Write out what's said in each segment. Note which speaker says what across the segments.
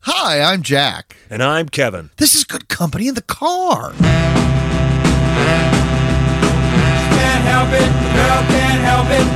Speaker 1: Hi, I'm Jack.
Speaker 2: And I'm Kevin.
Speaker 1: This is good company in the car.
Speaker 3: can't help it, the girl can't help it.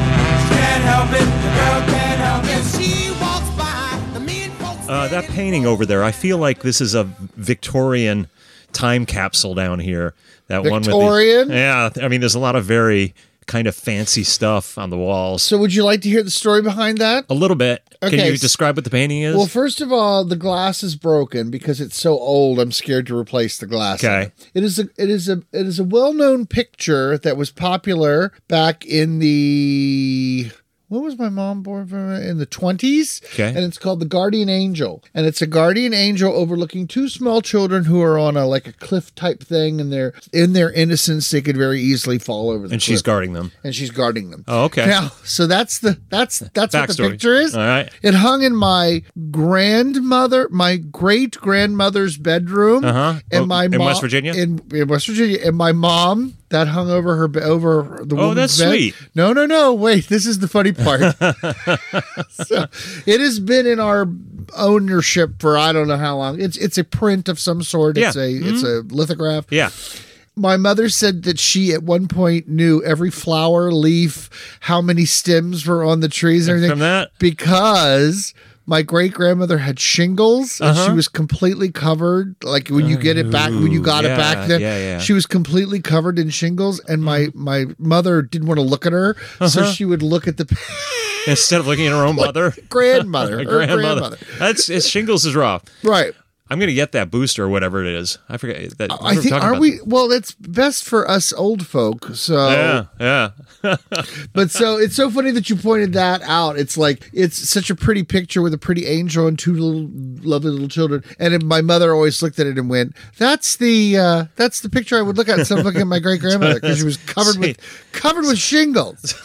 Speaker 3: She can't help it, the girl can't help it. she walks by, the mean folks.
Speaker 2: Uh, that painting over there, I feel like this is a Victorian time capsule down here. That one with
Speaker 1: Victorian?
Speaker 2: the, Yeah, I mean, there's a lot of very kind of fancy stuff on the walls.
Speaker 1: So, would you like to hear the story behind that?
Speaker 2: a little bit.
Speaker 1: Okay,
Speaker 2: Can you
Speaker 1: s-
Speaker 2: describe what the painting is?
Speaker 1: Well, first of all, the glass is broken because it's so old. I'm scared to replace the glass. in
Speaker 2: Okay.
Speaker 1: it It is a it is a it is a well known picture that was popular back in the what was my mom born from in the twenties?
Speaker 2: Okay.
Speaker 1: and it's called the Guardian Angel, and it's a guardian angel overlooking two small children who are on a like a cliff type thing, and they're in their innocence they could very easily fall over. The
Speaker 2: and she's
Speaker 1: cliff,
Speaker 2: guarding them.
Speaker 1: and she's guarding them.
Speaker 2: Oh, okay.
Speaker 1: Now, so that's the that's that's what the
Speaker 2: Backstory.
Speaker 1: picture is.
Speaker 2: All right.
Speaker 1: It hung in my grandmother, my great grandmother's bedroom,
Speaker 2: Uh-huh. Oh,
Speaker 1: and my
Speaker 2: in
Speaker 1: mom
Speaker 2: West Virginia?
Speaker 1: In, in West Virginia, and my mom that hung over her be- over the.
Speaker 2: Oh,
Speaker 1: woman's
Speaker 2: that's
Speaker 1: bed.
Speaker 2: sweet.
Speaker 1: No, no, no. Wait, this is the funny part. so, it has been in our ownership for I don't know how long. It's it's a print of some sort. It's
Speaker 2: Yeah. Mm-hmm.
Speaker 1: a it's a lithograph
Speaker 2: Yeah.
Speaker 1: my mother said that she at one point knew every flower, leaf, how many stems were on the trees and everything.
Speaker 2: From that?
Speaker 1: Because my great grandmother had shingles
Speaker 2: Uh-huh.
Speaker 1: and she was completely covered. Like when you get it back, when you got it
Speaker 2: yeah,
Speaker 1: back then,
Speaker 2: yeah, Uh-huh. yeah.
Speaker 1: she was completely covered in shingles. And my, my mother didn't want to look at her. So
Speaker 2: Uh-huh.
Speaker 1: she would look at the
Speaker 2: Instead of looking at her own mother,
Speaker 1: grandmother.
Speaker 2: her
Speaker 1: her
Speaker 2: grandmother.
Speaker 1: grandmother.
Speaker 2: That's it's shingles is rough.
Speaker 1: Right.
Speaker 2: I'm gonna get that booster or whatever it is. I forget that.
Speaker 1: I
Speaker 2: we were
Speaker 1: think,
Speaker 2: talking
Speaker 1: are
Speaker 2: about
Speaker 1: we? Well, that's best for us old folk. So,
Speaker 2: that. Yeah, yeah.
Speaker 1: But so it's so funny that you pointed that out. It's like it's such a pretty picture with a pretty angel and two little lovely little children. And it, my mother always looked at it and went, "That's the uh, that's the picture I would look at instead of looking at my great grandmother because she was covered with covered with shingles."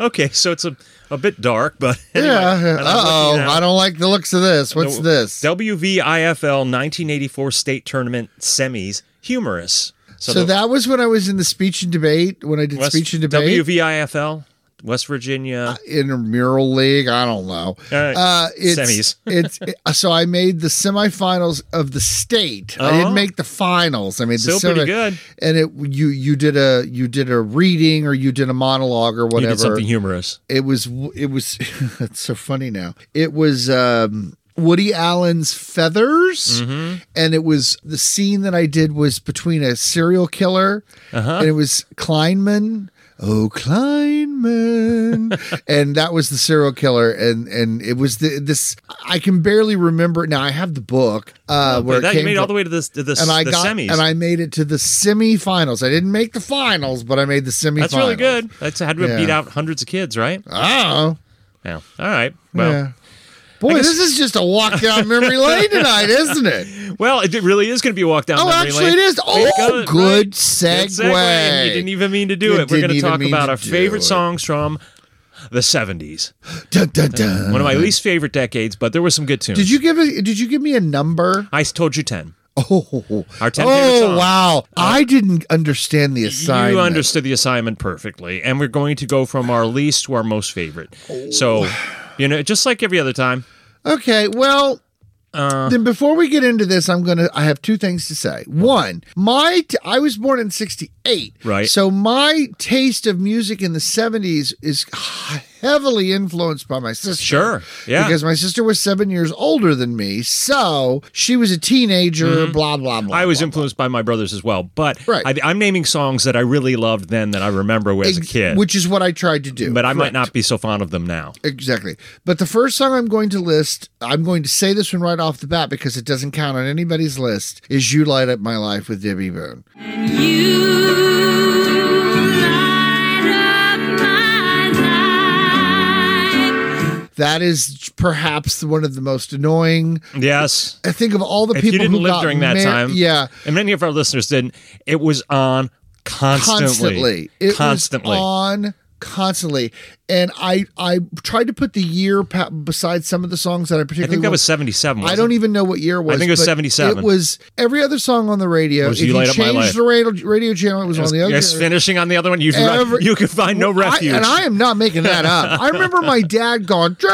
Speaker 2: okay, so it's a, a bit dark, but anyway,
Speaker 1: yeah.
Speaker 2: and I'm
Speaker 1: Uh
Speaker 2: looking
Speaker 1: oh,
Speaker 2: at-
Speaker 1: I don't like the looks of this. What's this?
Speaker 2: WVIFL 1984 state tournament semis humorous.
Speaker 1: So
Speaker 2: the
Speaker 1: that was when I was in the speech and debate when I did
Speaker 2: West-
Speaker 1: speech and debate.
Speaker 2: WVIFL West Virginia.
Speaker 1: intramural league. I don't know.
Speaker 2: All right.
Speaker 1: Uh, it's,
Speaker 2: Semis.
Speaker 1: it's it- so I made the semifinals of the state. I
Speaker 2: Oh.
Speaker 1: didn't make the finals. I made the
Speaker 2: Still pretty
Speaker 1: semi-
Speaker 2: good.
Speaker 1: And it you you did a you did a reading or you did a monologue or
Speaker 2: you
Speaker 1: whatever.
Speaker 2: did something humorous.
Speaker 1: it was it was it's so funny now. It was um Woody Allen's feathers,
Speaker 2: Mm-hmm.
Speaker 1: and it was the scene that I did was between a serial killer,
Speaker 2: Uh-huh.
Speaker 1: and it was Kleinman. Oh, Kleinman, and that was the serial killer, and and it was the, this. I can barely remember it now. I have the book uh, where it
Speaker 2: that Oh, you
Speaker 1: came
Speaker 2: made
Speaker 1: from
Speaker 2: all the way to the, to the,
Speaker 1: and I
Speaker 2: the
Speaker 1: got
Speaker 2: semis.
Speaker 1: and I made it to the semifinals. I didn't make the finals, but I made the semifinals.
Speaker 2: That's really good. That's had to
Speaker 1: Yeah.
Speaker 2: beat out hundreds of kids, right?
Speaker 1: Oh,
Speaker 2: Yeah. All right. Well,
Speaker 1: yeah. Boy,
Speaker 2: guess-
Speaker 1: this is just a walk down memory lane tonight, isn't it?
Speaker 2: well, it really is going to be a walk down.
Speaker 1: Oh,
Speaker 2: memory
Speaker 1: actually,
Speaker 2: lane.
Speaker 1: it is.
Speaker 2: We've got
Speaker 1: Oh,
Speaker 2: it,
Speaker 1: good
Speaker 2: right.
Speaker 1: segue.
Speaker 2: Good segue. You didn't even mean to do
Speaker 1: You
Speaker 2: it. We're going
Speaker 1: didn't
Speaker 2: to
Speaker 1: even
Speaker 2: talk
Speaker 1: mean
Speaker 2: about
Speaker 1: to
Speaker 2: our
Speaker 1: do
Speaker 2: favorite
Speaker 1: it.
Speaker 2: songs from the 70s.
Speaker 1: Dun, dun, dun.
Speaker 2: One of my least favorite decades, but there were some good tunes.
Speaker 1: Uh-huh. Did you give a, Did you give me a number?
Speaker 2: I told you 10.
Speaker 1: Oh,
Speaker 2: Our 10 favorite
Speaker 1: oh
Speaker 2: songs.
Speaker 1: wow! I didn't understand the assignment.
Speaker 2: You understood the assignment perfectly, and we're going to go from our least to our most favorite. So,
Speaker 1: Oh.
Speaker 2: you know, just like every other time.
Speaker 1: Okay, well,
Speaker 2: Uh.
Speaker 1: then before we get into this, I'm gonna. I have two things to say. One, my t- I was born in '68,
Speaker 2: Right.
Speaker 1: So my taste of music in the '70s is heavily influenced by my sister.
Speaker 2: Sure, yeah.
Speaker 1: Because my sister was seven years older than me, so she was a teenager. Blah blah blah.
Speaker 2: Mm-hmm. I was
Speaker 1: blah,
Speaker 2: influenced by my brothers as well, but
Speaker 1: Right.
Speaker 2: I, I'm naming songs that I really loved then that I remember as a
Speaker 1: Ex-
Speaker 2: kid,
Speaker 1: which is what I tried to do.
Speaker 2: but I might
Speaker 1: Correct.
Speaker 2: not be so fond of them now.
Speaker 1: Exactly. But the first song I'm going to list, I'm going to say this one right off the bat because it doesn't count on anybody's list, is You Light Up My Life with Debbie Boone. That is perhaps one of the most annoying.
Speaker 2: Yes.
Speaker 1: I think of all the
Speaker 2: If you
Speaker 1: people
Speaker 2: didn't
Speaker 1: who
Speaker 2: live
Speaker 1: got
Speaker 2: during that
Speaker 1: mar-
Speaker 2: time,
Speaker 1: Yeah.
Speaker 2: And many of our listeners didn't. It was on constantly.
Speaker 1: Constantly. It was
Speaker 2: Constantly.
Speaker 1: on constantly. And I I tried to put the year pa- besides some of the songs that I
Speaker 2: I
Speaker 1: particularly
Speaker 2: think that
Speaker 1: want-
Speaker 2: was
Speaker 1: I
Speaker 2: 77. wasn't
Speaker 1: don't
Speaker 2: it?
Speaker 1: even know what year it was.
Speaker 2: think it was
Speaker 1: but
Speaker 2: 77.
Speaker 1: It was every other song on the radio.
Speaker 2: Was
Speaker 1: if
Speaker 2: You
Speaker 1: you
Speaker 2: Light Up
Speaker 1: changed
Speaker 2: My Life.
Speaker 1: the radio, radio channel, it was on the other.
Speaker 2: Yes, finishing on the other one. You
Speaker 1: Every-
Speaker 2: you can find no
Speaker 1: I-
Speaker 2: refuge.
Speaker 1: and I am not making that up. I remember my dad going, Jesus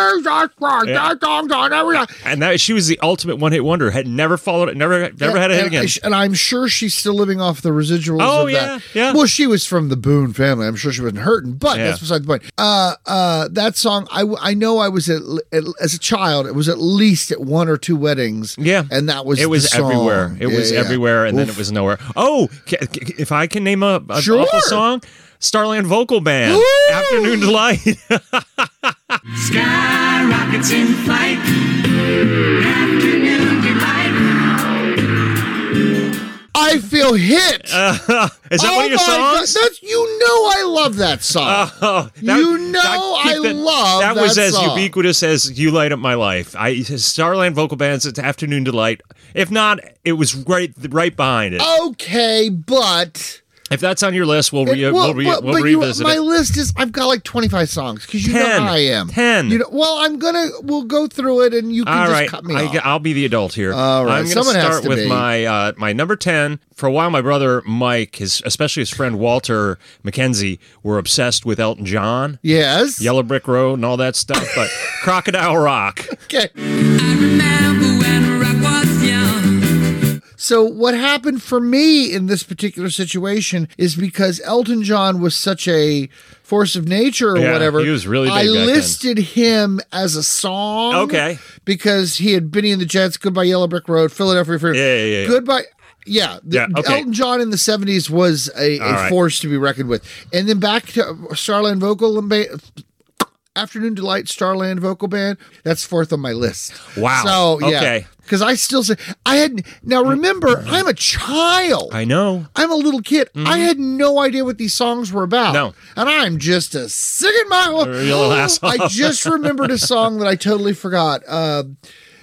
Speaker 1: Christ, that song's on every night."
Speaker 2: And that she was the ultimate one hit wonder. Had never followed it. Never never had a hit
Speaker 1: and,
Speaker 2: again.
Speaker 1: and sh- And I'm sure she's still living off the residuals.
Speaker 2: Oh,
Speaker 1: of that.
Speaker 2: yeah, yeah.
Speaker 1: Well, she was from the Boone family. I'm sure she wasn't hurting, but
Speaker 2: Yeah.
Speaker 1: that's beside the point. Uh, uh, that song, I, w- I know I was at, l- at l- as a child. It was at least at one or two weddings.
Speaker 2: Yeah,
Speaker 1: and that was
Speaker 2: it was
Speaker 1: the song.
Speaker 2: everywhere. It
Speaker 1: Yeah,
Speaker 2: was
Speaker 1: yeah.
Speaker 2: everywhere, and then it
Speaker 1: Oof.
Speaker 2: was nowhere. Oh, ca- ca- if I can name a, a
Speaker 1: Sure.
Speaker 2: awful song, Starland Vocal Band,
Speaker 1: Woo!
Speaker 2: Afternoon Delight.
Speaker 4: Sky rockets in flight. Afternoon delight.
Speaker 1: I feel hit.
Speaker 2: Uh, Is that
Speaker 1: oh
Speaker 2: one of your
Speaker 1: my
Speaker 2: songs?
Speaker 1: God, that's you know I love that song.
Speaker 2: Oh,
Speaker 1: You know
Speaker 2: keep
Speaker 1: I love
Speaker 2: that was
Speaker 1: that
Speaker 2: as
Speaker 1: song.
Speaker 2: ubiquitous as "You Light Up My Life." I Starland Vocal Band's "It's Afternoon Delight." If not, it was right right behind it.
Speaker 1: Oh. okay, but.
Speaker 2: If that's on your list, we'll re-
Speaker 1: It-
Speaker 2: we'll, re-
Speaker 1: but-
Speaker 2: we'll
Speaker 1: but you-
Speaker 2: revisit
Speaker 1: my
Speaker 2: it.
Speaker 1: list is I've got like 25 songs because you know
Speaker 2: Ten.
Speaker 1: how I am.
Speaker 2: Ten.
Speaker 1: You know, well, I'm gonna we'll go through it and you can
Speaker 2: All
Speaker 1: just
Speaker 2: right,
Speaker 1: cut me
Speaker 2: I,
Speaker 1: off.
Speaker 2: will be the adult here.
Speaker 1: All right,
Speaker 2: I'm going
Speaker 1: someone has
Speaker 2: start
Speaker 1: to
Speaker 2: with
Speaker 1: be.
Speaker 2: my uh, my number ten. For a while, my brother Mike, his especially his friend Walter McKenzie, were obsessed with Elton John,
Speaker 1: yes.
Speaker 2: Yellow Brick Road, and all that stuff. But Crocodile Rock.
Speaker 1: Okay.
Speaker 4: I remember when rock was young.
Speaker 1: So what happened for me in this particular situation is because Elton John was such a force of nature or
Speaker 2: Yeah,
Speaker 1: whatever.
Speaker 2: he was really big
Speaker 1: I
Speaker 2: back then.
Speaker 1: listed him as a song.
Speaker 2: Okay.
Speaker 1: Because he had Benny and the Jets, Goodbye Yellow Brick Road, Philadelphia Freedom.
Speaker 2: Yeah, yeah, yeah, yeah.
Speaker 1: Goodbye. Yeah, the-
Speaker 2: Yeah, okay.
Speaker 1: Elton John in the '70s was a,
Speaker 2: All
Speaker 1: a
Speaker 2: right.
Speaker 1: force to be reckoned with, and then back to Starland Vocal and ba- Afternoon Delight, Starland Vocal Band. That's fourth on my list.
Speaker 2: Wow.
Speaker 1: So yeah.
Speaker 2: Okay.
Speaker 1: Because I still say I had now. Remember, I'm a child.
Speaker 2: I know.
Speaker 1: I'm a little kid. I had no idea what these songs were about.
Speaker 2: Mm-hmm. No.
Speaker 1: And I'm just a singing my
Speaker 2: real little asshole.
Speaker 1: I just remembered a song that I totally forgot. Uh,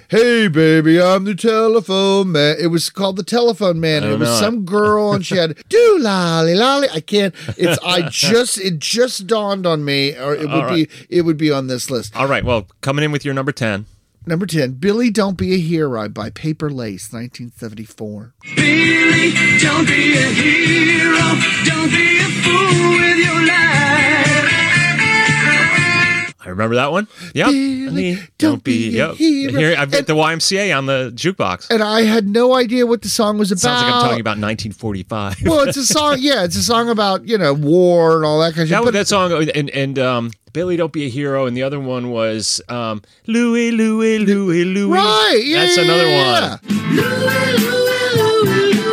Speaker 1: hey, baby, I'm the telephone man. It was called The Telephone Man. And it was
Speaker 2: know.
Speaker 1: some girl, and she had, do lolly lolly. I can't. It's, I just, it just dawned on me, or it would be, it would be on this list.
Speaker 2: All right. Well, coming in with your number ten.
Speaker 1: Number 10, Billy Don't Be a Hero by Paper Lace, 1974.
Speaker 4: Billy, don't be a hero. Don't be a fool with your life.
Speaker 2: I remember that one. Yep.
Speaker 1: Billy,
Speaker 2: Yep.
Speaker 1: don't be a
Speaker 2: yep.
Speaker 1: hero.
Speaker 2: Here I've got
Speaker 1: And-
Speaker 2: the YMCA on the jukebox.
Speaker 1: and I had no idea what the song was about.
Speaker 2: Sounds like I'm talking about 1945.
Speaker 1: Well, it's a song. Yeah, it's a song about you know war and all that kind of
Speaker 2: That
Speaker 1: shit.
Speaker 2: was
Speaker 1: But
Speaker 2: that song, uh, and and um, Billy, don't be a hero, and the other one was um, Louie, Louie, Louie, Louie.
Speaker 1: right, yeah,
Speaker 2: that's
Speaker 1: yeah,
Speaker 2: another
Speaker 1: yeah, yeah.
Speaker 2: one.
Speaker 4: Louie, Louie, Louie, Louie.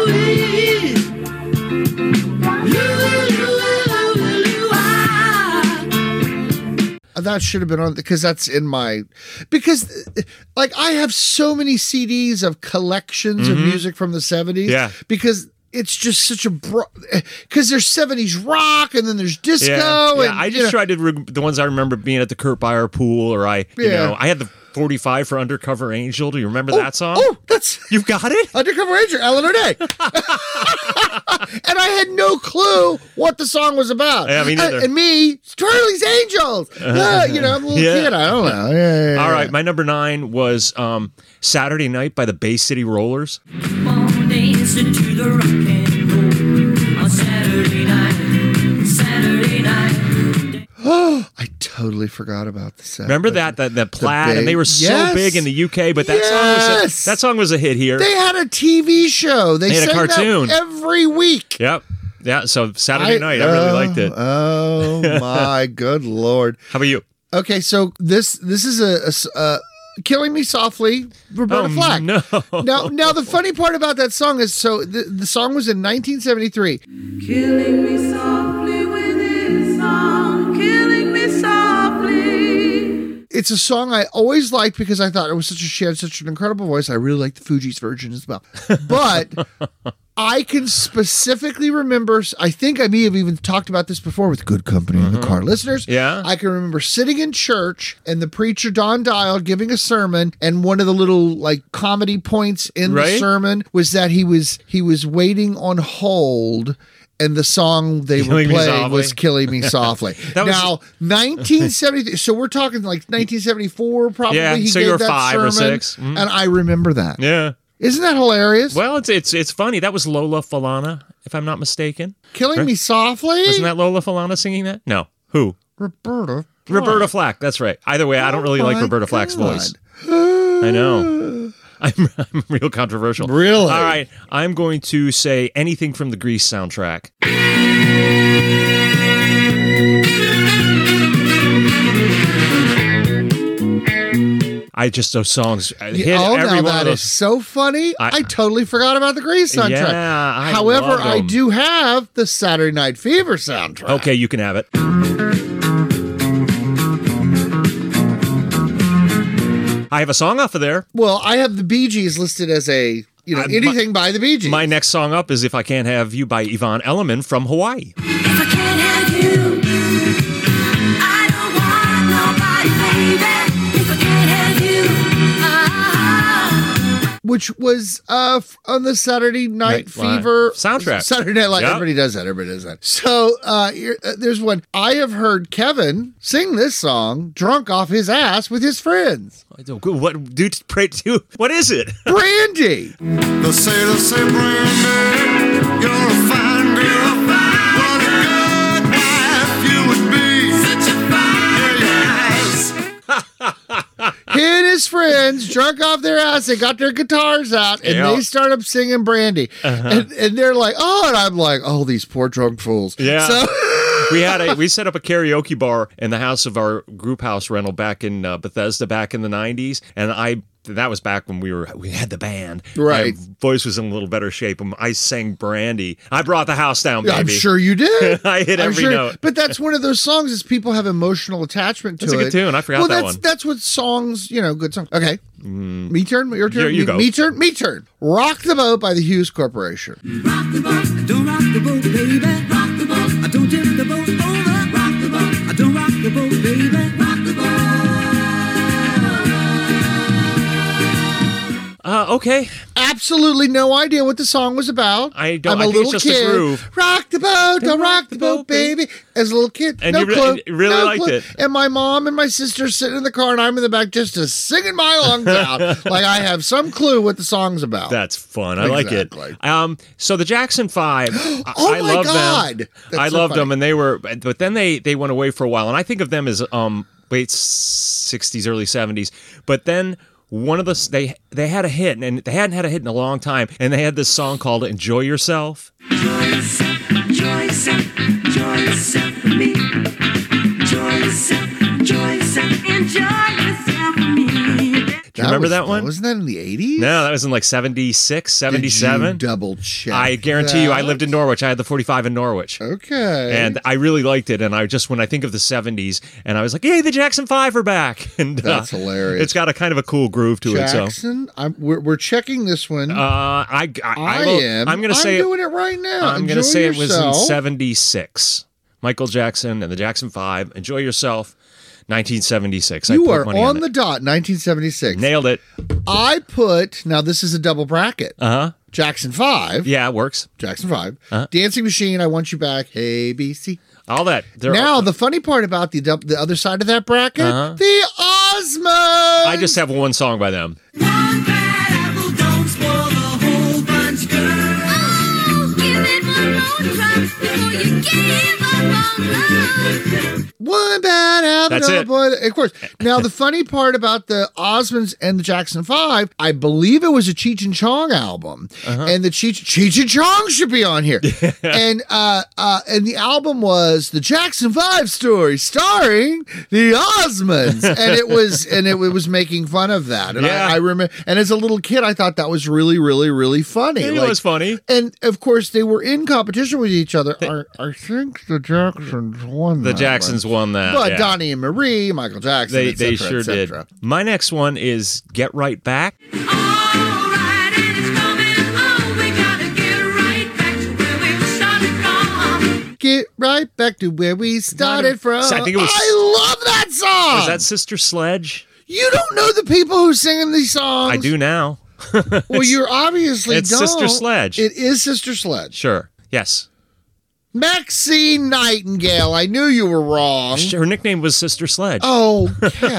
Speaker 4: Louie, Louie, Louie, Louie.
Speaker 1: That should have been on because that's in my because uh, like I have so many CDs of collections of music from the seventies.
Speaker 2: Mm-hmm. Yeah.
Speaker 1: because. It's just such a bro because there's seventies rock and then there's disco
Speaker 2: Yeah, yeah.
Speaker 1: and
Speaker 2: I
Speaker 1: you
Speaker 2: just
Speaker 1: know,
Speaker 2: tried to re- the ones I remember being at the Kurt Byer pool, or I, you
Speaker 1: Yeah.
Speaker 2: know, I had the 45 for Undercover Angel. Do you remember
Speaker 1: oh,
Speaker 2: that song?
Speaker 1: Oh, that's
Speaker 2: You've got it.
Speaker 1: Undercover Ranger, Alan O'Day. and I had no clue what the song was about.
Speaker 2: Yeah, me
Speaker 1: And-
Speaker 2: neither.
Speaker 1: And, me, Charlie's Angels. Uh, you know, I'm a little
Speaker 2: Yeah.
Speaker 1: kid. I don't know. Yeah, yeah,
Speaker 2: All
Speaker 1: yeah.
Speaker 2: right, my number nine was um, Saturday Night by the Bay City Rollers.
Speaker 4: Come dancing to the rock and roll on Saturday night. Saturday night.
Speaker 1: I totally forgot about the set.
Speaker 2: Remember that that that plaid,
Speaker 1: big-
Speaker 2: and they were so
Speaker 1: Yes.
Speaker 2: big in the UK. But that song was
Speaker 1: Yes.
Speaker 2: a, that song was a hit here.
Speaker 1: They had a TV show. They,
Speaker 2: They had a
Speaker 1: sang that
Speaker 2: cartoon.
Speaker 1: every week.
Speaker 2: Yep. Yeah. So Saturday night, I really
Speaker 1: oh,
Speaker 2: liked it.
Speaker 1: Oh my good lord!
Speaker 2: How about you?
Speaker 1: Okay, so this this is a, a s- uh, killing me softly, Roberta Flack.
Speaker 2: Oh, No.
Speaker 1: Now, now the funny part about that song is so the, the song was in 1973.
Speaker 5: Killing me softly with his song, killing me softly.
Speaker 1: It's a song I always liked because I thought it was such a she had such an incredible voice. I really liked the Fuji's version as well, but. I can specifically remember. I think I may have even talked about this before with Good Company in the Car listeners.
Speaker 2: Mm-hmm. Yeah.
Speaker 1: I can remember sitting in church and the preacher Don Dial giving a sermon, and one of the little like comedy points in
Speaker 2: Right.
Speaker 1: the sermon was that he was he was waiting on hold. and the song they
Speaker 2: Killing
Speaker 1: were
Speaker 2: Me
Speaker 1: playing
Speaker 2: Softly.
Speaker 1: was "Killing Me Softly."
Speaker 2: That was-
Speaker 1: now, 1973. So we're talking like 1974, probably.
Speaker 2: Yeah,
Speaker 1: he
Speaker 2: so
Speaker 1: gave
Speaker 2: you were
Speaker 1: that
Speaker 2: five or
Speaker 1: sermon,
Speaker 2: six. Mm.
Speaker 1: and I remember that.
Speaker 2: Yeah.
Speaker 1: Isn't that hilarious?
Speaker 2: Well, it's it's it's funny. That was Lola Falana, if I'm not mistaken.
Speaker 1: "Killing Me Softly."
Speaker 2: Wasn't that Lola Falana singing that? No. Who?
Speaker 1: Roberta?
Speaker 2: Roberta Flack. That's right. Either way, I don't really like
Speaker 1: Oh my
Speaker 2: Roberta Flack's
Speaker 1: God.
Speaker 2: voice. I know. I'm, I'm real controversial.
Speaker 1: Really?
Speaker 2: All right. I'm going to say anything from the Grease soundtrack. I just those songs I hit
Speaker 1: oh,
Speaker 2: every
Speaker 1: now
Speaker 2: one of
Speaker 1: that is
Speaker 2: those.
Speaker 1: so funny. I,
Speaker 2: I-
Speaker 1: totally forgot about the Grease soundtrack.
Speaker 2: Yeah, I
Speaker 1: However,
Speaker 2: love
Speaker 1: I
Speaker 2: 'em.
Speaker 1: do have the Saturday Night Fever soundtrack.
Speaker 2: Okay, you can have it. I have a song off of there.
Speaker 1: Well, I have the Bee Gees listed as a you know
Speaker 2: Uh, my-
Speaker 1: anything by the Bee Gees.
Speaker 2: My next song up is If I Can't Have You by Yvonne Elliman from Hawaii.
Speaker 4: If I can't have you, I don't want nobody, baby. If I can't have you, ah,
Speaker 1: which was uh f- on the Saturday Night,
Speaker 2: Night Live.
Speaker 1: Fever
Speaker 2: Soundtrack.
Speaker 1: Saturday Night Live.
Speaker 2: Yep.
Speaker 1: Everybody does that. Everybody does that. So uh, here- uh, there's one. I have heard Kevin sing this song drunk off his ass with his friends.
Speaker 2: I don't- What do pray to? What is it?
Speaker 1: Brandy.
Speaker 6: They'll say, they'll say, Brandy, you're a fine girl. What a good wife you would be. Such a fine
Speaker 1: He and his friends drunk off their ass. They got their guitars out and
Speaker 2: Yeah.
Speaker 1: they start up singing Brandy.
Speaker 2: Uh-huh.
Speaker 1: And, and they're like, oh, and I'm like, oh, these poor drunk fools.
Speaker 2: Yeah.
Speaker 1: So
Speaker 2: we had a we set up a karaoke bar in the house of our group house rental back in uh, Bethesda back in the 90s and I that was back when we were we had the band
Speaker 1: Right.
Speaker 2: My voice was in a little better shape and I sang Brandy I brought the house down baby
Speaker 1: I'm sure you did.
Speaker 2: I hit
Speaker 1: I'm
Speaker 2: every
Speaker 1: sure-
Speaker 2: note.
Speaker 1: But that's one of those songs is people have emotional attachment to
Speaker 2: That's a
Speaker 1: it.
Speaker 2: good tune. I forgot
Speaker 1: well,
Speaker 2: that
Speaker 1: that's,
Speaker 2: one.
Speaker 1: That's what songs, you know, good song. Okay. Me turn, your turn.
Speaker 2: Yeah, you
Speaker 1: me,
Speaker 2: go.
Speaker 1: me turn, me turn. Rock the Boat by the Hughes Corporation.
Speaker 4: rock the boat, don't rock the boat, baby. Rock the boat, I don't tip the boat over. Rock the boat, I don't rock the boat, baby. Rock the
Speaker 2: uh, okay
Speaker 1: Absolutely no idea what the song was about.
Speaker 2: I don't-
Speaker 1: I'm
Speaker 2: I
Speaker 1: a
Speaker 2: think
Speaker 1: little
Speaker 2: it's just a
Speaker 1: kid.
Speaker 2: groove.
Speaker 1: Rock the boat, don't rock the boat, baby. As a little kid,
Speaker 2: And
Speaker 1: no
Speaker 2: you re-
Speaker 1: clue,
Speaker 2: you really
Speaker 1: no
Speaker 2: liked
Speaker 1: clue.
Speaker 2: it.
Speaker 1: And my mom and my sister sitting in the car, and I'm in the back just uh, singing my lungs out, like I have some clue what the song's about.
Speaker 2: that's fun I like
Speaker 1: Exactly.
Speaker 2: it um so the Jackson 5 I,
Speaker 1: Oh
Speaker 2: I
Speaker 1: my
Speaker 2: love them
Speaker 1: God! That's
Speaker 2: I
Speaker 1: so
Speaker 2: loved
Speaker 1: funny.
Speaker 2: them and they were but then they they went away for a while and I think of them as um late 60s early 70s but then one of the they they had a hit and they hadn't had a hit in a long time and they had this song called Enjoy Yourself
Speaker 4: Enjoy yourself, enjoy yourself for me. Enjoy yourself, enjoy yourself, enjoy yourself for me.
Speaker 1: Do
Speaker 2: remember that one?
Speaker 1: Wasn't that in the 80s?
Speaker 2: No, that was in like 76,
Speaker 1: Did you
Speaker 2: 77.
Speaker 1: double check.
Speaker 2: I guarantee you I lived in Norwich. I had the 45 in Norwich.
Speaker 1: Okay.
Speaker 2: And I really liked it. And I just, when I think of the 70s, and I was like, yay, the Jackson 5 are back. And uh,
Speaker 1: That's hilarious.
Speaker 2: It's got a kind of a cool groove to it. So
Speaker 1: Jackson, I'm, we're, we're checking this one.
Speaker 2: uh, I, I,
Speaker 1: I,
Speaker 2: I will,
Speaker 1: am.
Speaker 2: I'm going to say,
Speaker 1: doing it right now.
Speaker 2: I'm
Speaker 1: going to
Speaker 2: say
Speaker 1: yourself.
Speaker 2: it was in 76. Michael Jackson and the Jackson 5. Enjoy yourself. 1976. I
Speaker 1: You
Speaker 2: put
Speaker 1: are
Speaker 2: money
Speaker 1: on
Speaker 2: it.
Speaker 1: the dot, 1976.
Speaker 2: Nailed it.
Speaker 1: I put, now this is a double bracket.
Speaker 2: Uh huh.
Speaker 1: Jackson 5.
Speaker 2: Yeah, it works.
Speaker 1: Jackson 5.
Speaker 2: Uh-huh.
Speaker 1: Dancing Machine, I Want You Back. Hey, BC.
Speaker 2: All that. There
Speaker 1: Now, the funny part about the dou- the other side of that bracket, the Osmonds.
Speaker 2: Uh-huh. I just have one song by them.
Speaker 4: One bad apple don't spoil the whole bunch, girl. Oh, give it one more try before you give up on love.
Speaker 1: One bad habit,
Speaker 2: That's
Speaker 1: oh
Speaker 2: it.
Speaker 1: boy. Of course. Now, the funny part about the Osmonds and the Jackson Five, I believe it was a Cheech and Chong album,
Speaker 2: Uh-huh.
Speaker 1: and the Cheech, Cheech and Chong should be on here. and uh, uh, and the album was the Jackson Five story, starring the Osmonds, and it was and it, was making fun of that. And
Speaker 2: Yeah.
Speaker 1: I, I remember. And as a little kid, I thought that was really, really, really funny.
Speaker 2: It
Speaker 1: Like,
Speaker 2: was funny.
Speaker 1: And of course, they were in competition with each other. I, I think the Jacksons won.
Speaker 2: The
Speaker 1: that one.
Speaker 2: Jacksons won that.
Speaker 1: But
Speaker 2: yeah.
Speaker 1: Donnie and Marie, Michael Jackson,
Speaker 2: They,
Speaker 1: et
Speaker 2: they
Speaker 1: cetera,
Speaker 2: sure
Speaker 1: et
Speaker 2: did.
Speaker 1: cetera.
Speaker 2: My next one is Get Right Back.
Speaker 4: All right, and it's coming on. We gotta get right back to where we started from.
Speaker 1: Get right back to where we started from.
Speaker 2: I think it was-
Speaker 1: I love that song.
Speaker 2: Is that Sister Sledge?
Speaker 1: you don't know the people who sing these songs.
Speaker 2: I do now.
Speaker 1: Well, you're obviously
Speaker 2: it's
Speaker 1: don't.
Speaker 2: Sister Sledge.
Speaker 1: It is Sister Sledge.
Speaker 2: Sure. Yes.
Speaker 1: Maxine Nightingale. I knew you were wrong.
Speaker 2: Her nickname was Sister Sledge.
Speaker 1: Oh,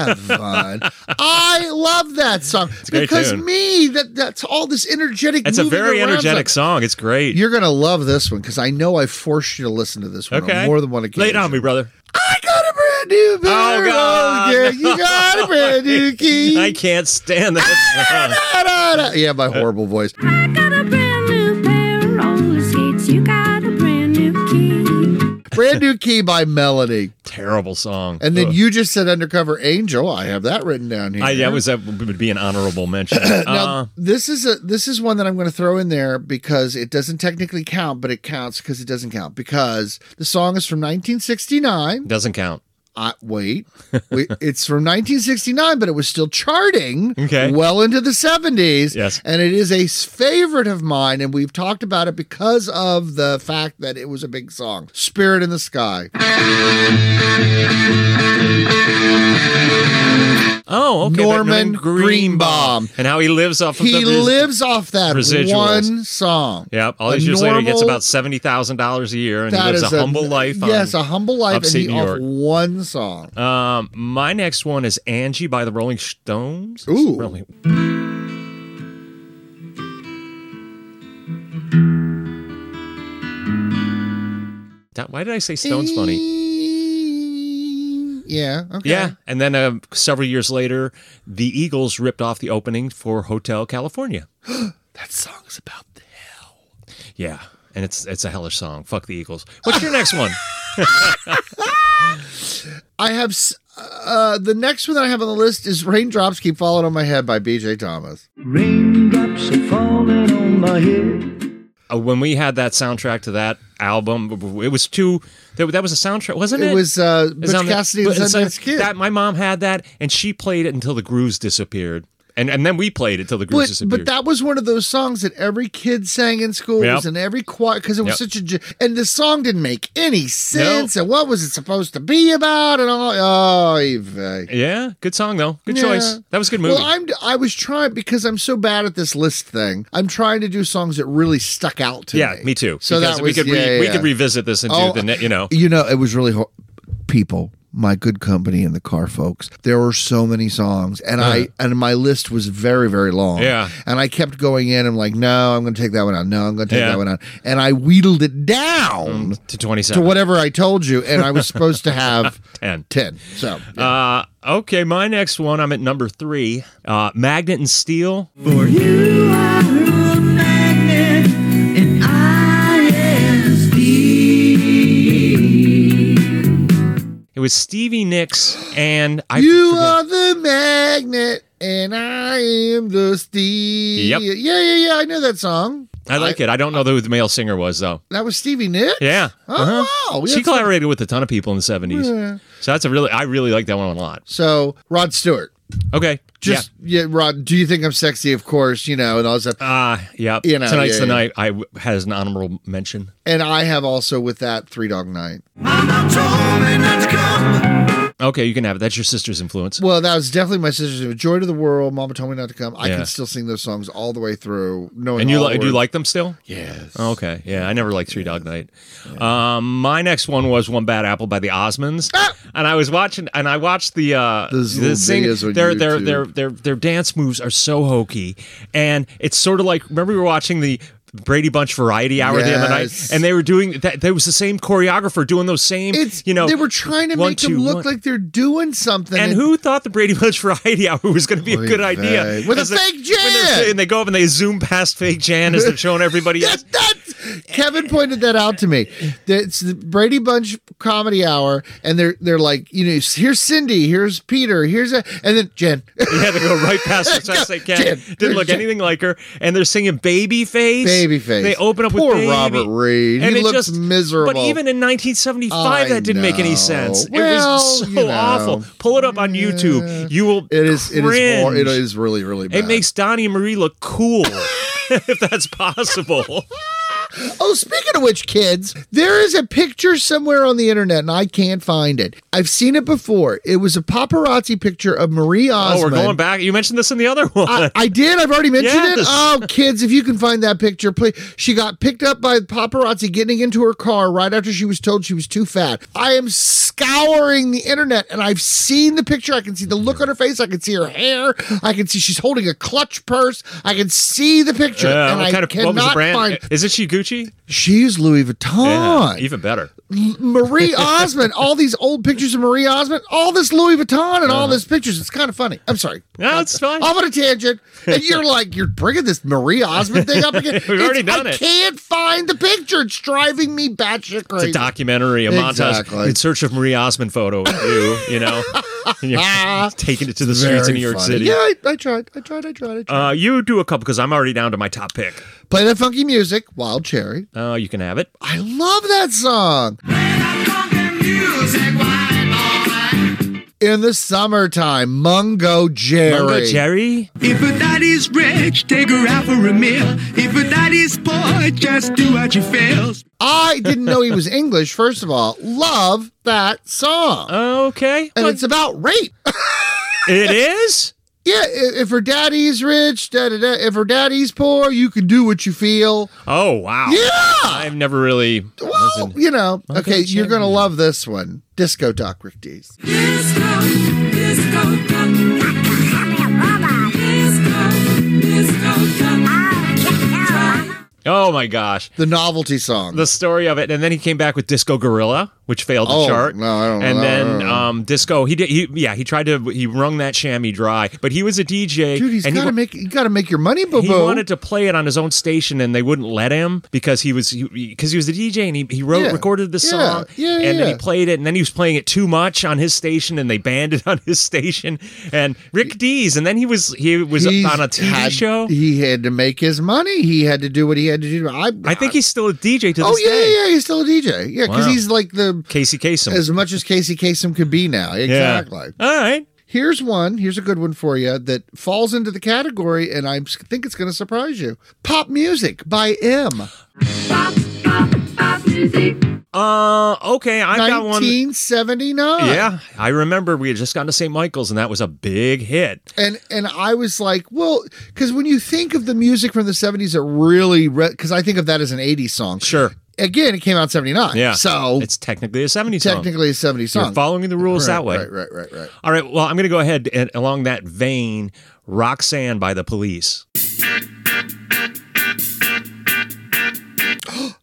Speaker 1: Kevin. I love that song.
Speaker 2: great
Speaker 1: because
Speaker 2: tune.
Speaker 1: me, that that's all this energetic.
Speaker 2: it's a
Speaker 1: moving
Speaker 2: very
Speaker 1: around
Speaker 2: energetic
Speaker 1: stuff.
Speaker 2: song. It's great.
Speaker 1: You're gonna love this one because I know I forced you to listen to this one
Speaker 2: okay.
Speaker 1: on more than one occasion.
Speaker 2: Lay it on me, brother.
Speaker 1: I got a brand new
Speaker 2: Oh,
Speaker 1: beer.
Speaker 2: God.
Speaker 1: yeah, you got a brand new key.
Speaker 2: I can't stand that. song.
Speaker 1: Da, da, da. Yeah, my horrible voice.
Speaker 4: I got a brand new pair of roller skates. You got a brand new key.
Speaker 1: Brand new key by Melody.
Speaker 2: Terrible song.
Speaker 1: And then
Speaker 2: Ugh.
Speaker 1: you just said Undercover Angel. I have that written down here.
Speaker 2: I, that was that would be an honorable mention.
Speaker 1: Now,
Speaker 2: Uh,
Speaker 1: this is a this is one that I'm going to throw in there because it doesn't technically count, but it counts because it doesn't count because the song is from 1969.
Speaker 2: doesn't count.
Speaker 1: Uh, wait, wait, it's from 1969, but it was still charting
Speaker 2: Okay.
Speaker 1: well into the 70s.
Speaker 2: Yes.
Speaker 1: and it is a s- favorite of mine, and we've talked about it because of the fact that it was a big song. Spirit in the Sky.
Speaker 2: Oh, okay. that
Speaker 1: Norman Greenbaum.
Speaker 2: and how he lives off of
Speaker 1: He
Speaker 2: the
Speaker 1: lives off that
Speaker 2: residuals.
Speaker 1: one song.
Speaker 2: Yeah, all
Speaker 1: A
Speaker 2: these years later, he gets
Speaker 1: normal-
Speaker 2: about seventy thousand dollars a year, and he
Speaker 1: That
Speaker 2: lives
Speaker 1: is
Speaker 2: a humble life. on-
Speaker 1: Yes, a humble life, and
Speaker 2: upstate
Speaker 1: he
Speaker 2: New
Speaker 1: off
Speaker 2: York.
Speaker 1: one song.
Speaker 2: Um, my next one is Angie by the Rolling Stones. It's
Speaker 1: Ooh.
Speaker 2: really- That, why did I say Stones funny?
Speaker 1: Yeah. Okay.
Speaker 2: Yeah, and then um several years later, the Eagles ripped off the opening for Hotel California.
Speaker 1: That song's about the
Speaker 2: Yeah, and it's it's a hellish song. Fuck the Eagles. What's your next one?
Speaker 1: I have s- uh, the next one that I have on the list is "Raindrops Keep Falling on My Head" by B.J. Thomas.
Speaker 7: Raindrops are falling on my head.
Speaker 2: Uh, when we had that soundtrack to that album, it was two. That, that was a soundtrack, wasn't it?
Speaker 1: It was uh,
Speaker 2: It's on
Speaker 1: Butch
Speaker 2: the-
Speaker 1: Cassidy and
Speaker 2: but
Speaker 1: the
Speaker 2: it's like
Speaker 1: Sundance Kid.
Speaker 2: That my mom had that, and she played it until the grooves disappeared, and and then we played it till the grooves
Speaker 1: but,
Speaker 2: disappeared.
Speaker 1: but that was one of those songs that every kid sang in school
Speaker 2: Yep.
Speaker 1: was in every choir because it was
Speaker 2: Yep.
Speaker 1: such a j- and the song didn't make any sense and what was it supposed to be about and all oh Eve.
Speaker 2: yeah, good song though. Good
Speaker 1: Yeah.
Speaker 2: choice. That was a good movie.
Speaker 1: Well, I'm I was trying because I'm so bad at this list thing. I'm trying to do songs that really stuck out to
Speaker 2: yeah,
Speaker 1: me.
Speaker 2: me too.
Speaker 1: So
Speaker 2: because
Speaker 1: that
Speaker 2: we
Speaker 1: was-
Speaker 2: could
Speaker 1: yeah, yeah,
Speaker 2: we
Speaker 1: yeah.
Speaker 2: could revisit this and do the net. You know,
Speaker 1: Oh, you know, it was really hor- people. My good company in the car, folks. There were so many songs, and I and my list was very very long.
Speaker 2: Yeah.
Speaker 1: and I kept going in. I'm like, no, I'm going to take that one out. No, I'm going to take
Speaker 2: Yeah. Mm.
Speaker 1: that one out, and I wheedled it down
Speaker 2: to twenty
Speaker 1: to
Speaker 2: seven.
Speaker 1: whatever I told you, and I was supposed to have
Speaker 2: 10.
Speaker 1: Ten. So
Speaker 2: Uh, okay, my next one. I'm at number three. Uh, Magnet and Steel.
Speaker 7: For you are a magnet, and I am steel.
Speaker 2: It was Stevie Nicks, and I
Speaker 1: you
Speaker 2: forget-
Speaker 1: are the magnet, and I am the steel.
Speaker 2: Yep.
Speaker 1: Yeah, yeah, yeah. I know that song.
Speaker 2: I like it. I don't know who the male singer was though.
Speaker 1: That was Stevie Nicks.
Speaker 2: Yeah.
Speaker 1: Oh,
Speaker 2: Uh-huh.
Speaker 1: wow.
Speaker 2: She
Speaker 1: That's-
Speaker 2: collaborated with a ton of people in the 70s.
Speaker 1: Yeah.
Speaker 2: So that's a really, I really like that one a lot.
Speaker 1: So Rod Stewart.
Speaker 2: Okay.
Speaker 1: Just yeah. Rod. Do you think I'm sexy? Of course, you know, and all that.
Speaker 2: yeah. Uh, yeah.
Speaker 1: You know,
Speaker 2: Tonight's
Speaker 1: yeah,
Speaker 2: the
Speaker 1: yeah.
Speaker 2: night I w- has an honorable mention.
Speaker 1: And I have also with that Three Dog Night.
Speaker 6: Mama told me not to come.
Speaker 2: Okay, you can have it. That's your sister's influence.
Speaker 1: Well, that was definitely my sister's Joy to the World. Mama told me not to come. I
Speaker 2: Yeah.
Speaker 1: can still sing those songs all the way through. Knowing
Speaker 2: and you
Speaker 1: all
Speaker 2: li-
Speaker 1: the
Speaker 2: do you
Speaker 1: words.
Speaker 2: like them still? Oh,
Speaker 1: Yes.
Speaker 2: Okay. Yeah, I never liked Three Dog Night. Um, my next one was One Bad Apple by the Osmonds, and I was watching, and I watched the uh,
Speaker 1: Those
Speaker 2: the
Speaker 1: little
Speaker 2: sing-
Speaker 1: videos on
Speaker 2: Their their
Speaker 1: YouTube.
Speaker 2: their their their dance moves are so hokey, and it's sort of like remember we were watching the. Brady Bunch Variety Hour the other night,
Speaker 1: Yes.
Speaker 2: and they were doing that. There was the same choreographer doing those same.
Speaker 1: It's
Speaker 2: you know
Speaker 1: they were trying to
Speaker 2: one,
Speaker 1: make
Speaker 2: two,
Speaker 1: them look
Speaker 2: one.
Speaker 1: like they're doing something.
Speaker 2: And who thought the Brady Bunch Variety Hour was going to be a
Speaker 1: Oy
Speaker 2: good idea
Speaker 1: vey. With a
Speaker 2: 'Cause they-
Speaker 1: fake Jan!
Speaker 2: when they're- And they go up and they zoom past fake Jan as they're showing everybody else.
Speaker 1: Yes, that's Kevin pointed that out to me. It's the Brady Bunch comedy hour, and they're they're like, you know, here's Cindy, here's Peter, here's a, and then Jen.
Speaker 2: They had to go right past her as fast as they can.
Speaker 1: Jan,
Speaker 2: Didn't look
Speaker 1: Jan.
Speaker 2: anything like her. And they're singing Babyface.
Speaker 1: Babyface.
Speaker 2: They open up
Speaker 1: Poor
Speaker 2: with Baby.
Speaker 1: Robert Reed.
Speaker 2: And
Speaker 1: he
Speaker 2: it
Speaker 1: looks
Speaker 2: just,
Speaker 1: miserable.
Speaker 2: But even in 1975,
Speaker 1: I
Speaker 2: that didn't make any
Speaker 1: know.
Speaker 2: sense. it
Speaker 1: Well,
Speaker 2: was so
Speaker 1: you know.
Speaker 2: awful. Pull it up on YouTube. You will.
Speaker 1: it is it is hor-
Speaker 2: cringe.
Speaker 1: it is really really bad.
Speaker 2: It makes Donnie and Marie look cool, if that's possible.
Speaker 1: Oh, speaking of which, kids, there is a picture somewhere on the internet, and I can't find it. I've seen it before. It was a paparazzi picture of Marie
Speaker 2: Oh,
Speaker 1: Osmond.
Speaker 2: we're going back. You mentioned this in the other one.
Speaker 1: I, I did. I've already mentioned it.
Speaker 2: Yes.
Speaker 1: Oh, kids, if you can find that picture, please. She got picked up by paparazzi getting into her car right after she was told she was too fat. I am scouring the internet and I've seen the picture. I can see the look on her face. I can see her hair. I can see she's holding a clutch purse. I can see the picture.
Speaker 2: Uh,
Speaker 1: and
Speaker 2: what
Speaker 1: I
Speaker 2: kind of what was the
Speaker 1: cannot
Speaker 2: brand?
Speaker 1: find.
Speaker 2: Is it she Gucci?
Speaker 1: She's Louis Vuitton.
Speaker 2: even better.
Speaker 1: Marie Osmond. All these old pictures of Marie Osmond. All this Louis Vuitton and
Speaker 2: Uh-huh.
Speaker 1: all this pictures. It's kind of funny. I'm sorry.
Speaker 2: No, it's fine.
Speaker 1: I'm on a tangent, and you're like, you're bringing this Marie Osmond thing up again.
Speaker 2: We've already done
Speaker 1: I
Speaker 2: it.
Speaker 1: can't find the picture. It's driving me batshit
Speaker 2: It's a
Speaker 1: crazy.
Speaker 2: documentary, a
Speaker 1: Exactly.
Speaker 2: montage in search of Marie Osmond photo. of You, you know, And you're taking it to the streets of New York
Speaker 1: Ah. funny.
Speaker 2: City.
Speaker 1: Yeah, I, I tried. I tried. I tried. I tried.
Speaker 2: Uh, you do a couple because I'm already down to my top pick.
Speaker 1: Play that funky music, Wild Cherry.
Speaker 2: Uh, you can have it.
Speaker 1: I love that song. In the summertime, Mungo Jerry.
Speaker 2: Mungo Jerry.
Speaker 8: If a daddy's rich, take her out for a meal. If a daddy's poor, just do what you feels.
Speaker 1: I didn't know he was English, first of all. Love that song.
Speaker 2: Uh, Okay,
Speaker 1: and
Speaker 2: What-
Speaker 1: it's about rape.
Speaker 2: it is.
Speaker 1: Yeah, i- if her daddy's rich, da, da, da, if her daddy's poor, you can do what you feel.
Speaker 2: Oh wow.
Speaker 1: Yeah.
Speaker 2: I've never really.
Speaker 1: Well,
Speaker 2: listened.
Speaker 1: you know, okay, you're going to love this one. Disco Doc Rick D's.
Speaker 7: Disco, disco, duck. Disco, disco, duck.
Speaker 2: Oh my gosh.
Speaker 1: The novelty song.
Speaker 2: the story of it, and then he came back with Disco Gorilla, which failed to
Speaker 1: Oh,
Speaker 2: chart.
Speaker 1: no, I don't-
Speaker 2: And
Speaker 1: I don't
Speaker 2: then
Speaker 1: know.
Speaker 2: um, Disco, he did, he yeah, he tried to he wrung that chamois dry, but he was a DJ,
Speaker 1: Dude, he's
Speaker 2: and he
Speaker 1: got to
Speaker 2: wa-
Speaker 1: make you got to make your money, boo
Speaker 2: He
Speaker 1: Oh, boo.
Speaker 2: wanted to play it on his own station, and they wouldn't let him because he was because he, was a DJ and he, he wrote
Speaker 1: Yeah.
Speaker 2: recorded the
Speaker 1: Yeah.
Speaker 2: song,
Speaker 1: Yeah,
Speaker 2: and
Speaker 1: yeah,
Speaker 2: then he
Speaker 1: yeah.
Speaker 2: played it, and then he was playing it too much on his station, and they banned it on his station. And Rick Dees, and then he was he was on a TV
Speaker 1: had,
Speaker 2: show.
Speaker 1: He had to make his money. He had to do what he had to do. I,
Speaker 2: I think he's still a DJ to
Speaker 1: Oh
Speaker 2: this
Speaker 1: yeah,
Speaker 2: day.
Speaker 1: yeah, he's still a DJ. Yeah, because
Speaker 2: Wow.
Speaker 1: he's like the
Speaker 2: Casey Kasem.
Speaker 1: as much as Casey Kasem could be now.
Speaker 2: yeah.
Speaker 1: Exactly.
Speaker 2: All right.
Speaker 1: Here's one. Here's a good one for you that falls into the category, and I am think it's going to surprise you. Pop music by M.
Speaker 7: Pop, pop, pop music.
Speaker 2: Uh, okay, I've got one.
Speaker 1: 1979.
Speaker 2: Yeah, I remember we had just gotten to St. Michael's, and that was a big hit.
Speaker 1: And and I was like, well, because when you think of the music from the 70s, it really because I think of that as an 80s song.
Speaker 2: Sure.
Speaker 1: Again, it came out in 79.
Speaker 2: Yeah.
Speaker 1: So
Speaker 2: it's technically a 70s song.
Speaker 1: technically a 70s song.
Speaker 2: You're following the rules
Speaker 1: Right,
Speaker 2: that way. Oh.
Speaker 1: Right, right, right, right.
Speaker 2: All right, well, I'm going to go ahead and along that vein, Roxanne by the police.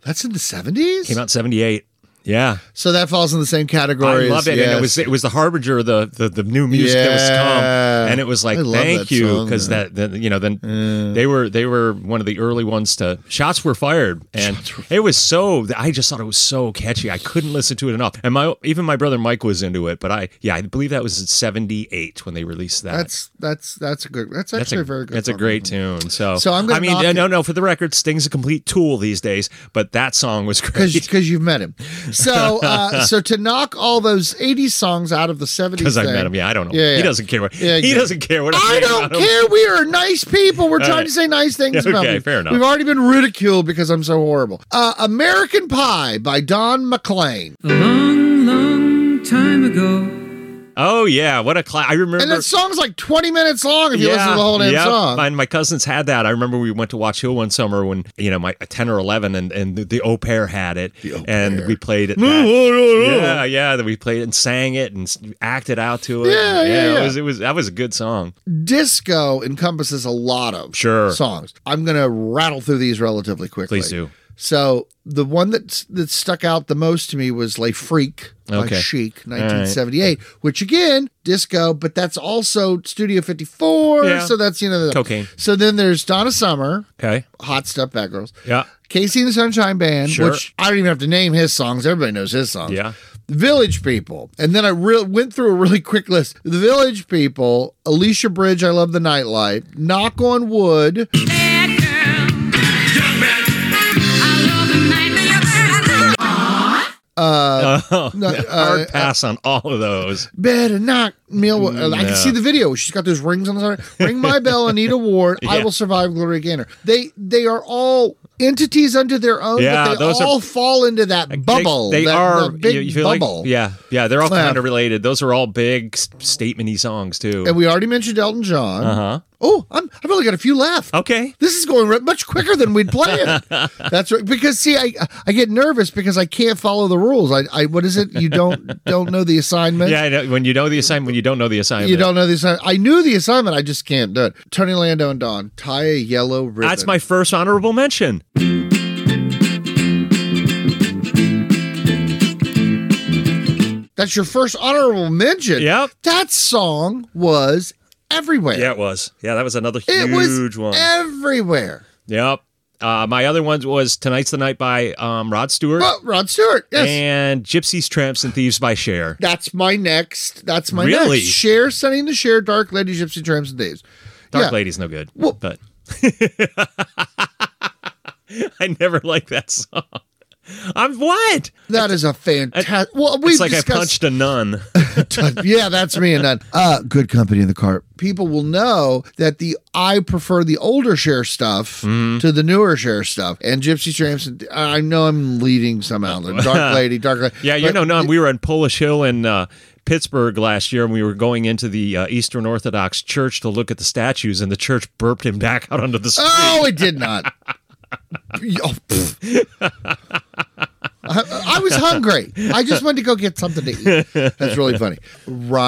Speaker 1: That's in the 70s.
Speaker 2: Came out in 78. Yeah.
Speaker 1: So that falls in the same
Speaker 2: I
Speaker 1: category.
Speaker 2: love
Speaker 1: as-
Speaker 2: it. And
Speaker 1: yes.
Speaker 2: it was it was the harbinger of the the, the new music that was
Speaker 1: Yeah.
Speaker 2: come. And it was like,
Speaker 1: I love
Speaker 2: thank
Speaker 1: that
Speaker 2: you.
Speaker 1: song,
Speaker 2: Because
Speaker 1: man.
Speaker 2: that, that you know, then they were they were one of the early ones to shots were fired. And it was so I just thought it was so catchy. I couldn't listen to it enough. And my even my brother Mike was into it, but I yeah, I believe that was seventy eight when they released that.
Speaker 1: That's that's that's a good. That's actually
Speaker 2: That's a,
Speaker 1: a, very good.
Speaker 2: that's a
Speaker 1: song.
Speaker 2: great tune. So,
Speaker 1: So I'm gonna
Speaker 2: I mean,
Speaker 1: knock
Speaker 2: no,
Speaker 1: it.
Speaker 2: no, no. For the record, Sting's a complete tool these days, but that song was great.
Speaker 1: because because you've met him. So uh, so to knock all those '80s songs out of the '70s
Speaker 2: Because I've
Speaker 1: thing-
Speaker 2: met him. Yeah, I don't know.
Speaker 1: Yeah, yeah.
Speaker 2: He doesn't care. What,
Speaker 1: Yeah,
Speaker 2: He
Speaker 1: exactly.
Speaker 2: doesn't care what I,
Speaker 1: I
Speaker 2: think
Speaker 1: don't
Speaker 2: about him.
Speaker 1: care. We are nice people. We're trying
Speaker 2: right.
Speaker 1: to say nice things
Speaker 2: Yeah,
Speaker 1: about
Speaker 2: okay,
Speaker 1: me.
Speaker 2: fair enough.
Speaker 1: We've already been ridiculed because I'm so horrible. Uh, American Pie by Don McLean,
Speaker 8: A long, long time ago.
Speaker 2: Oh yeah, what a class! I remember.
Speaker 1: and that song's like 20 minutes long if you listen to the whole damn
Speaker 2: yeah.
Speaker 1: song.
Speaker 2: And my cousins had that. I remember we went to Watch Hill one summer when you know my 10 or 11, and and the, the au pair had it, and we played it. that- Yeah, yeah, that we played it and sang it and s- acted out to it.
Speaker 1: Yeah, yeah, yeah.
Speaker 2: It was it was that was a good song.
Speaker 1: Disco encompasses a lot of
Speaker 2: Sure.
Speaker 1: songs. I'm gonna rattle through these relatively quickly.
Speaker 2: Please do.
Speaker 1: So the one that that stuck out the most to me was "Le Freak" by
Speaker 2: Okay.
Speaker 1: Chic, 1978, which again disco, but that's also Studio 54.
Speaker 2: Yeah.
Speaker 1: So that's you know the,
Speaker 2: Cocaine.
Speaker 1: So then there's Donna Summer,
Speaker 2: Okay.
Speaker 1: hot stuff, bad girls.
Speaker 2: Yeah.
Speaker 1: Casey and the Sunshine Band,
Speaker 2: Sure.
Speaker 1: which I don't even have to name his songs. Everybody knows his songs.
Speaker 2: Yeah.
Speaker 1: Village People. And then I re- went through a really quick list. The Village People, Alicia Bridge, I Love the Nightlife, Knock on Wood,
Speaker 2: Oh,
Speaker 1: uh,
Speaker 2: hard pass on all of those.
Speaker 1: Better Knock, Meal. I
Speaker 2: Mm,
Speaker 1: can see the video. She's got those rings on the side. Ring My Bell, Anita Ward, I
Speaker 2: Yeah.
Speaker 1: Will Survive, Gloria Gaynor. They, they are all entities unto their own,
Speaker 2: Yeah,
Speaker 1: but they
Speaker 2: those are-
Speaker 1: all fall into that bubble.
Speaker 2: They, they
Speaker 1: that-
Speaker 2: are
Speaker 1: that big
Speaker 2: you, you feel
Speaker 1: bubble.
Speaker 2: Like, yeah, yeah, they're all
Speaker 1: Yeah.
Speaker 2: kind of related. Those are all big s- statementy songs too.
Speaker 1: And we already mentioned Elton John.
Speaker 2: Uh-huh.
Speaker 1: Oh, I'm, I've only got a few left.
Speaker 2: okay.
Speaker 1: This is going re- much quicker than we'd planned. That's right. Because see, I I get nervous because I can't follow the rules. I, I what is it? You don't don't know the assignment.
Speaker 2: Yeah, I know, when you know the assignment, when you don't know the assignment,
Speaker 1: You don't know the assignment. I knew the assignment. I just can't do it. Tony Lando and Don tie a yellow ribbon.
Speaker 2: That's my first honorable mention.
Speaker 1: That's your first honorable mention.
Speaker 2: Yep.
Speaker 1: That song was everywhere.
Speaker 2: Yeah, it was. Yeah, that was another
Speaker 1: It
Speaker 2: huge
Speaker 1: was e
Speaker 2: one.
Speaker 1: everywhere.
Speaker 2: yep. Uh, my other one was "Tonight's the Night" by um, Rod Stewart
Speaker 1: But Rod Stewart. Oh, Yes.
Speaker 2: and "Gypsies, Tramps, and Thieves" by Cher.
Speaker 1: that's my next. That's my
Speaker 2: Really?
Speaker 1: next. Share, Sunning the Share, Dark Lady, Gypsy Tramps and Thieves.
Speaker 2: Dark
Speaker 1: Yeah.
Speaker 2: Lady's no good,
Speaker 1: Well-
Speaker 2: but I never liked that song. I'm what?
Speaker 1: That is a fantastic. Well, we've
Speaker 2: it's like I
Speaker 1: discussed.
Speaker 2: punched a nun.
Speaker 1: yeah, that's me and none. Uh, good company in the cart. People will know that the I prefer the older share stuff
Speaker 2: Mm-hmm.
Speaker 1: to the newer share stuff. And Gypsy Tramps. And, I know I'm leading some out. Dark Lady, Dark Lady.
Speaker 2: Yeah, you
Speaker 1: But-
Speaker 2: know, no, we were in Polish Hill in uh, Pittsburgh last year, and we were going into the uh, Eastern Orthodox Church to look at the statues, and the church burped him back out onto the street.
Speaker 1: Oh, it did not. Oh, pfft. I, I was hungry. I just wanted to go get something to eat. That's really funny.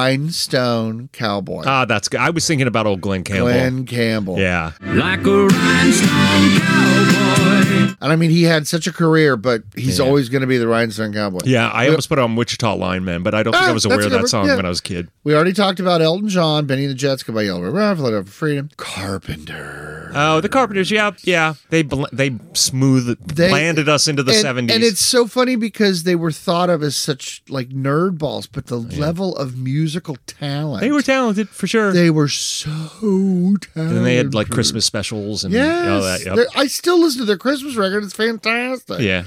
Speaker 1: Rhinestone Cowboy.
Speaker 2: Ah, that's good. I was thinking about old Glenn Campbell.
Speaker 1: Glenn Campbell.
Speaker 2: Yeah,
Speaker 8: Like a rhinestone cowboy.
Speaker 1: And I mean, he had such a career, but he's always going to be the Rhinestone Cowboy.
Speaker 2: yeah. I almost put on Wichita Lineman, but I don't think
Speaker 1: Ah,
Speaker 2: I was
Speaker 1: that's
Speaker 2: aware of
Speaker 1: good.
Speaker 2: that song
Speaker 1: Yeah.
Speaker 2: when I was a kid.
Speaker 1: We already talked about Elton John, Benny and the Jets, Goodbye Yellow Ribbon, Run, Flight Over Freedom, Carpenter.
Speaker 2: Oh, the Carpenters. Yeah, yeah. They bl- they smooth
Speaker 1: They-
Speaker 2: landed us into the
Speaker 1: and,
Speaker 2: seventies.
Speaker 1: And it's so funny because they were thought of as such like nerd balls, but the level of musical talent.
Speaker 2: they were talented for sure.
Speaker 1: They were so talented.
Speaker 2: and they had like Christmas specials and all that.
Speaker 1: Yes.
Speaker 2: Yep.
Speaker 1: They're- I still listen to their Christmas record. It's fantastic.
Speaker 2: Yeah.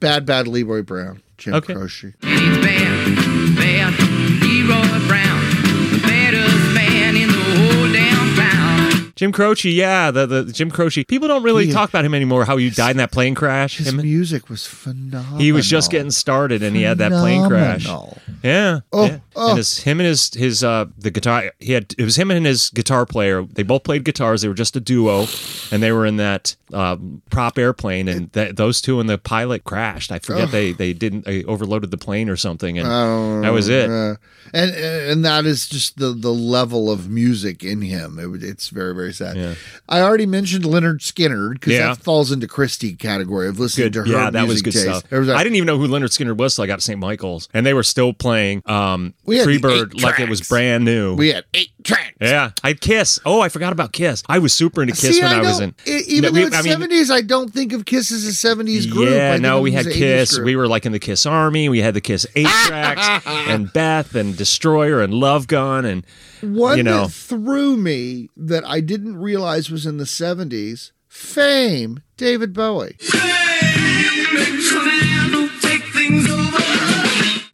Speaker 1: Bad, bad Leroy Brown. Jim
Speaker 2: Okay.
Speaker 1: Croce.
Speaker 7: And he's bad, bad, Leroy Brown, the baddest man in the whole damn town.
Speaker 2: Jim Croce, yeah, the, the Jim Croce. People don't really
Speaker 1: He-
Speaker 2: talk about him anymore. How you died in that plane crash?
Speaker 1: His
Speaker 2: Him-
Speaker 1: music was phenomenal.
Speaker 2: he was just getting started and he had that plane crash.
Speaker 1: Phenomenal.
Speaker 2: Yeah.
Speaker 1: Oh,
Speaker 2: yeah.
Speaker 1: oh.
Speaker 2: And his, him and his his uh the guitar he had it was him and his guitar player. They both played guitars. They were just a duo, and they were in that uh, prop airplane. And that those two and the pilot crashed. I forget they they didn't they overloaded the plane or something, and that was it.
Speaker 1: Uh, and and that is just the the level of music in him. It, would- it's very very sad. I already mentioned Leonard Skinner because
Speaker 2: Yeah.
Speaker 1: that falls into Christie category of listening
Speaker 2: good.
Speaker 1: to her.
Speaker 2: yeah, that was
Speaker 1: music
Speaker 2: good
Speaker 1: taste.
Speaker 2: stuff.
Speaker 1: There was a-
Speaker 2: I didn't even know who Leonard Skinner was till I got to St. Michael's, and they were still playing um,
Speaker 1: We had the
Speaker 2: Freebird
Speaker 1: eight
Speaker 2: like it was
Speaker 1: tracks.
Speaker 2: brand new.
Speaker 1: we had eight tracks.
Speaker 2: yeah, I Kiss. Oh, I forgot about Kiss. I was super into Kiss
Speaker 1: See,
Speaker 2: when I, was in.
Speaker 1: don't- e- even
Speaker 2: No,
Speaker 1: though it's
Speaker 2: we-
Speaker 1: seventies, I don't think of Kiss as a seventies group. I
Speaker 2: Yeah,
Speaker 1: think
Speaker 2: no,
Speaker 1: of
Speaker 2: we
Speaker 1: it as
Speaker 2: had
Speaker 1: an 80s
Speaker 2: Kiss.
Speaker 1: group.
Speaker 2: We were like in the Kiss Army. We had the Kiss eight tracks and Beth and Destroyer and Love Gun and
Speaker 1: One
Speaker 2: you know.
Speaker 1: that threw me that I didn't realize was in the seventies. Fame, David Bowie.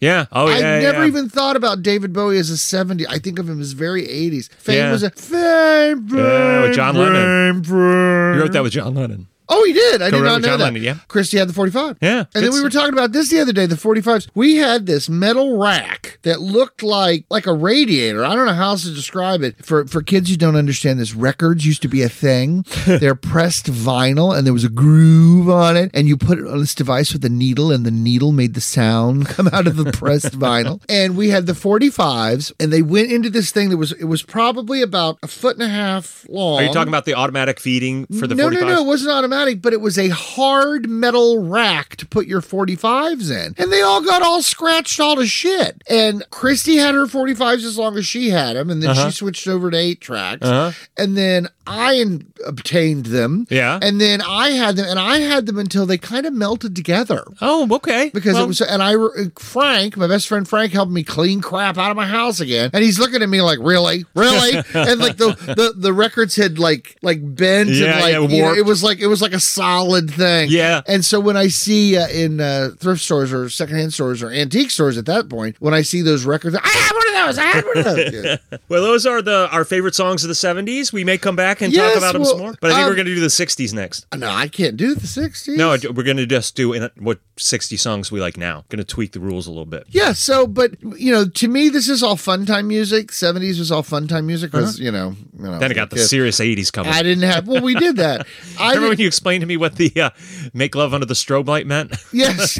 Speaker 2: yeah. Oh yeah.
Speaker 1: I never
Speaker 2: yeah.
Speaker 1: even thought about David Bowie as a 70. I think of him as very 80s. Fame
Speaker 2: Yeah.
Speaker 1: was a fame,
Speaker 2: Yeah, with
Speaker 1: fame,
Speaker 2: John Lennon.
Speaker 1: fame.
Speaker 2: You wrote that with John Lennon.
Speaker 1: Oh, he did. I did
Speaker 2: Co-wrote
Speaker 1: not
Speaker 2: with
Speaker 1: know
Speaker 2: John
Speaker 1: that.
Speaker 2: Lennon, yeah.
Speaker 1: Christy had the 45.
Speaker 2: Yeah,
Speaker 1: And
Speaker 2: good
Speaker 1: then we were
Speaker 2: stuff.
Speaker 1: talking about this the other day, the 45s. We had this metal rack that looked like like a radiator. I don't know how else to describe it. For for kids who don't understand this, records used to be a thing. They're pressed vinyl and there was a groove on it and you put it on this device with a needle and the needle made the sound come out of the pressed vinyl. And we had the 45s and they went into this thing that was it was probably about a foot and a half long.
Speaker 2: Are you talking about the automatic feeding for the
Speaker 1: No,
Speaker 2: 45s?
Speaker 1: no, no. It wasn't automatic, but it was a hard metal rack to put your 45s in. And they all got all scratched all to shit. And Christy had her 45s as long as she had them. And then
Speaker 2: Uh-huh.
Speaker 1: she switched over to eight tracks. And then I in- obtained them.
Speaker 2: Yeah.
Speaker 1: And then I had them. And I had them until they kind of melted together.
Speaker 2: Oh, okay.
Speaker 1: Because
Speaker 2: Well,
Speaker 1: it was, and I, re- Frank, my best friend Frank, helped me clean crap out of my house again, and he's looking at me like, "Really, really?" and like the the, the records had like like bent
Speaker 2: Yeah,
Speaker 1: and like
Speaker 2: yeah,
Speaker 1: you know,
Speaker 2: warped.
Speaker 1: it was like it was like a solid thing.
Speaker 2: Yeah.
Speaker 1: And so when I see uh, in uh, thrift stores or secondhand stores or antique stores at that point, when I see those records, I had one of those. I had one of those. Yeah.
Speaker 2: Well, those are the our favorite songs of the 70s. We may come back and
Speaker 1: Yes,
Speaker 2: talk about them
Speaker 1: well,
Speaker 2: some more. But I think
Speaker 1: um,
Speaker 2: we're going to do the 60s next.
Speaker 1: No, I can't do the 60s.
Speaker 2: No, we're going to just do in what 60 songs we like now. Going to tweak the rules a little bit.
Speaker 1: Yeah, so but you know, to me this is all fun time music. 70s was all fun time music because, you know, you know.
Speaker 2: Uh-huh. Then I got the
Speaker 1: kid.
Speaker 2: serious 80s coming.
Speaker 1: I didn't have Well, we did that. I
Speaker 2: Remember when
Speaker 1: didn't-
Speaker 2: you explained to me what the uh, make love under the strobe light meant?
Speaker 1: Yes.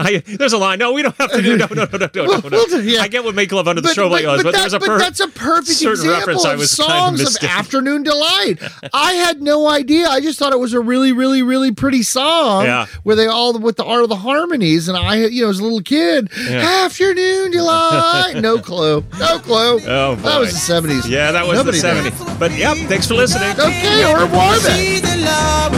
Speaker 2: I, there's a line. No, we don't have to do. No, no, no, no, no.
Speaker 1: Well,
Speaker 2: no.
Speaker 1: well, yeah.
Speaker 2: I get what make love under the
Speaker 1: But-
Speaker 2: strobe light was, oh, but,
Speaker 1: that-
Speaker 2: there's a
Speaker 1: but
Speaker 2: per-
Speaker 1: that's a perfect
Speaker 2: certain reference
Speaker 1: example
Speaker 2: I
Speaker 1: of
Speaker 2: was kind
Speaker 1: songs of
Speaker 2: of mistaken.
Speaker 1: afternoon delight. I had no idea. I just thought it was a really, really, really pretty song.
Speaker 2: Yeah.
Speaker 1: Where they all with the art of the harmonies, and I, you know, as a little kid,
Speaker 2: Yeah.
Speaker 1: afternoon delight. No clue. No clue.
Speaker 2: Oh,
Speaker 1: that was
Speaker 2: boy.
Speaker 1: the seventies.
Speaker 2: Yeah, that was the 70s. But yep, thanks for listening.
Speaker 1: Okay, au revoir then.
Speaker 3: She's in love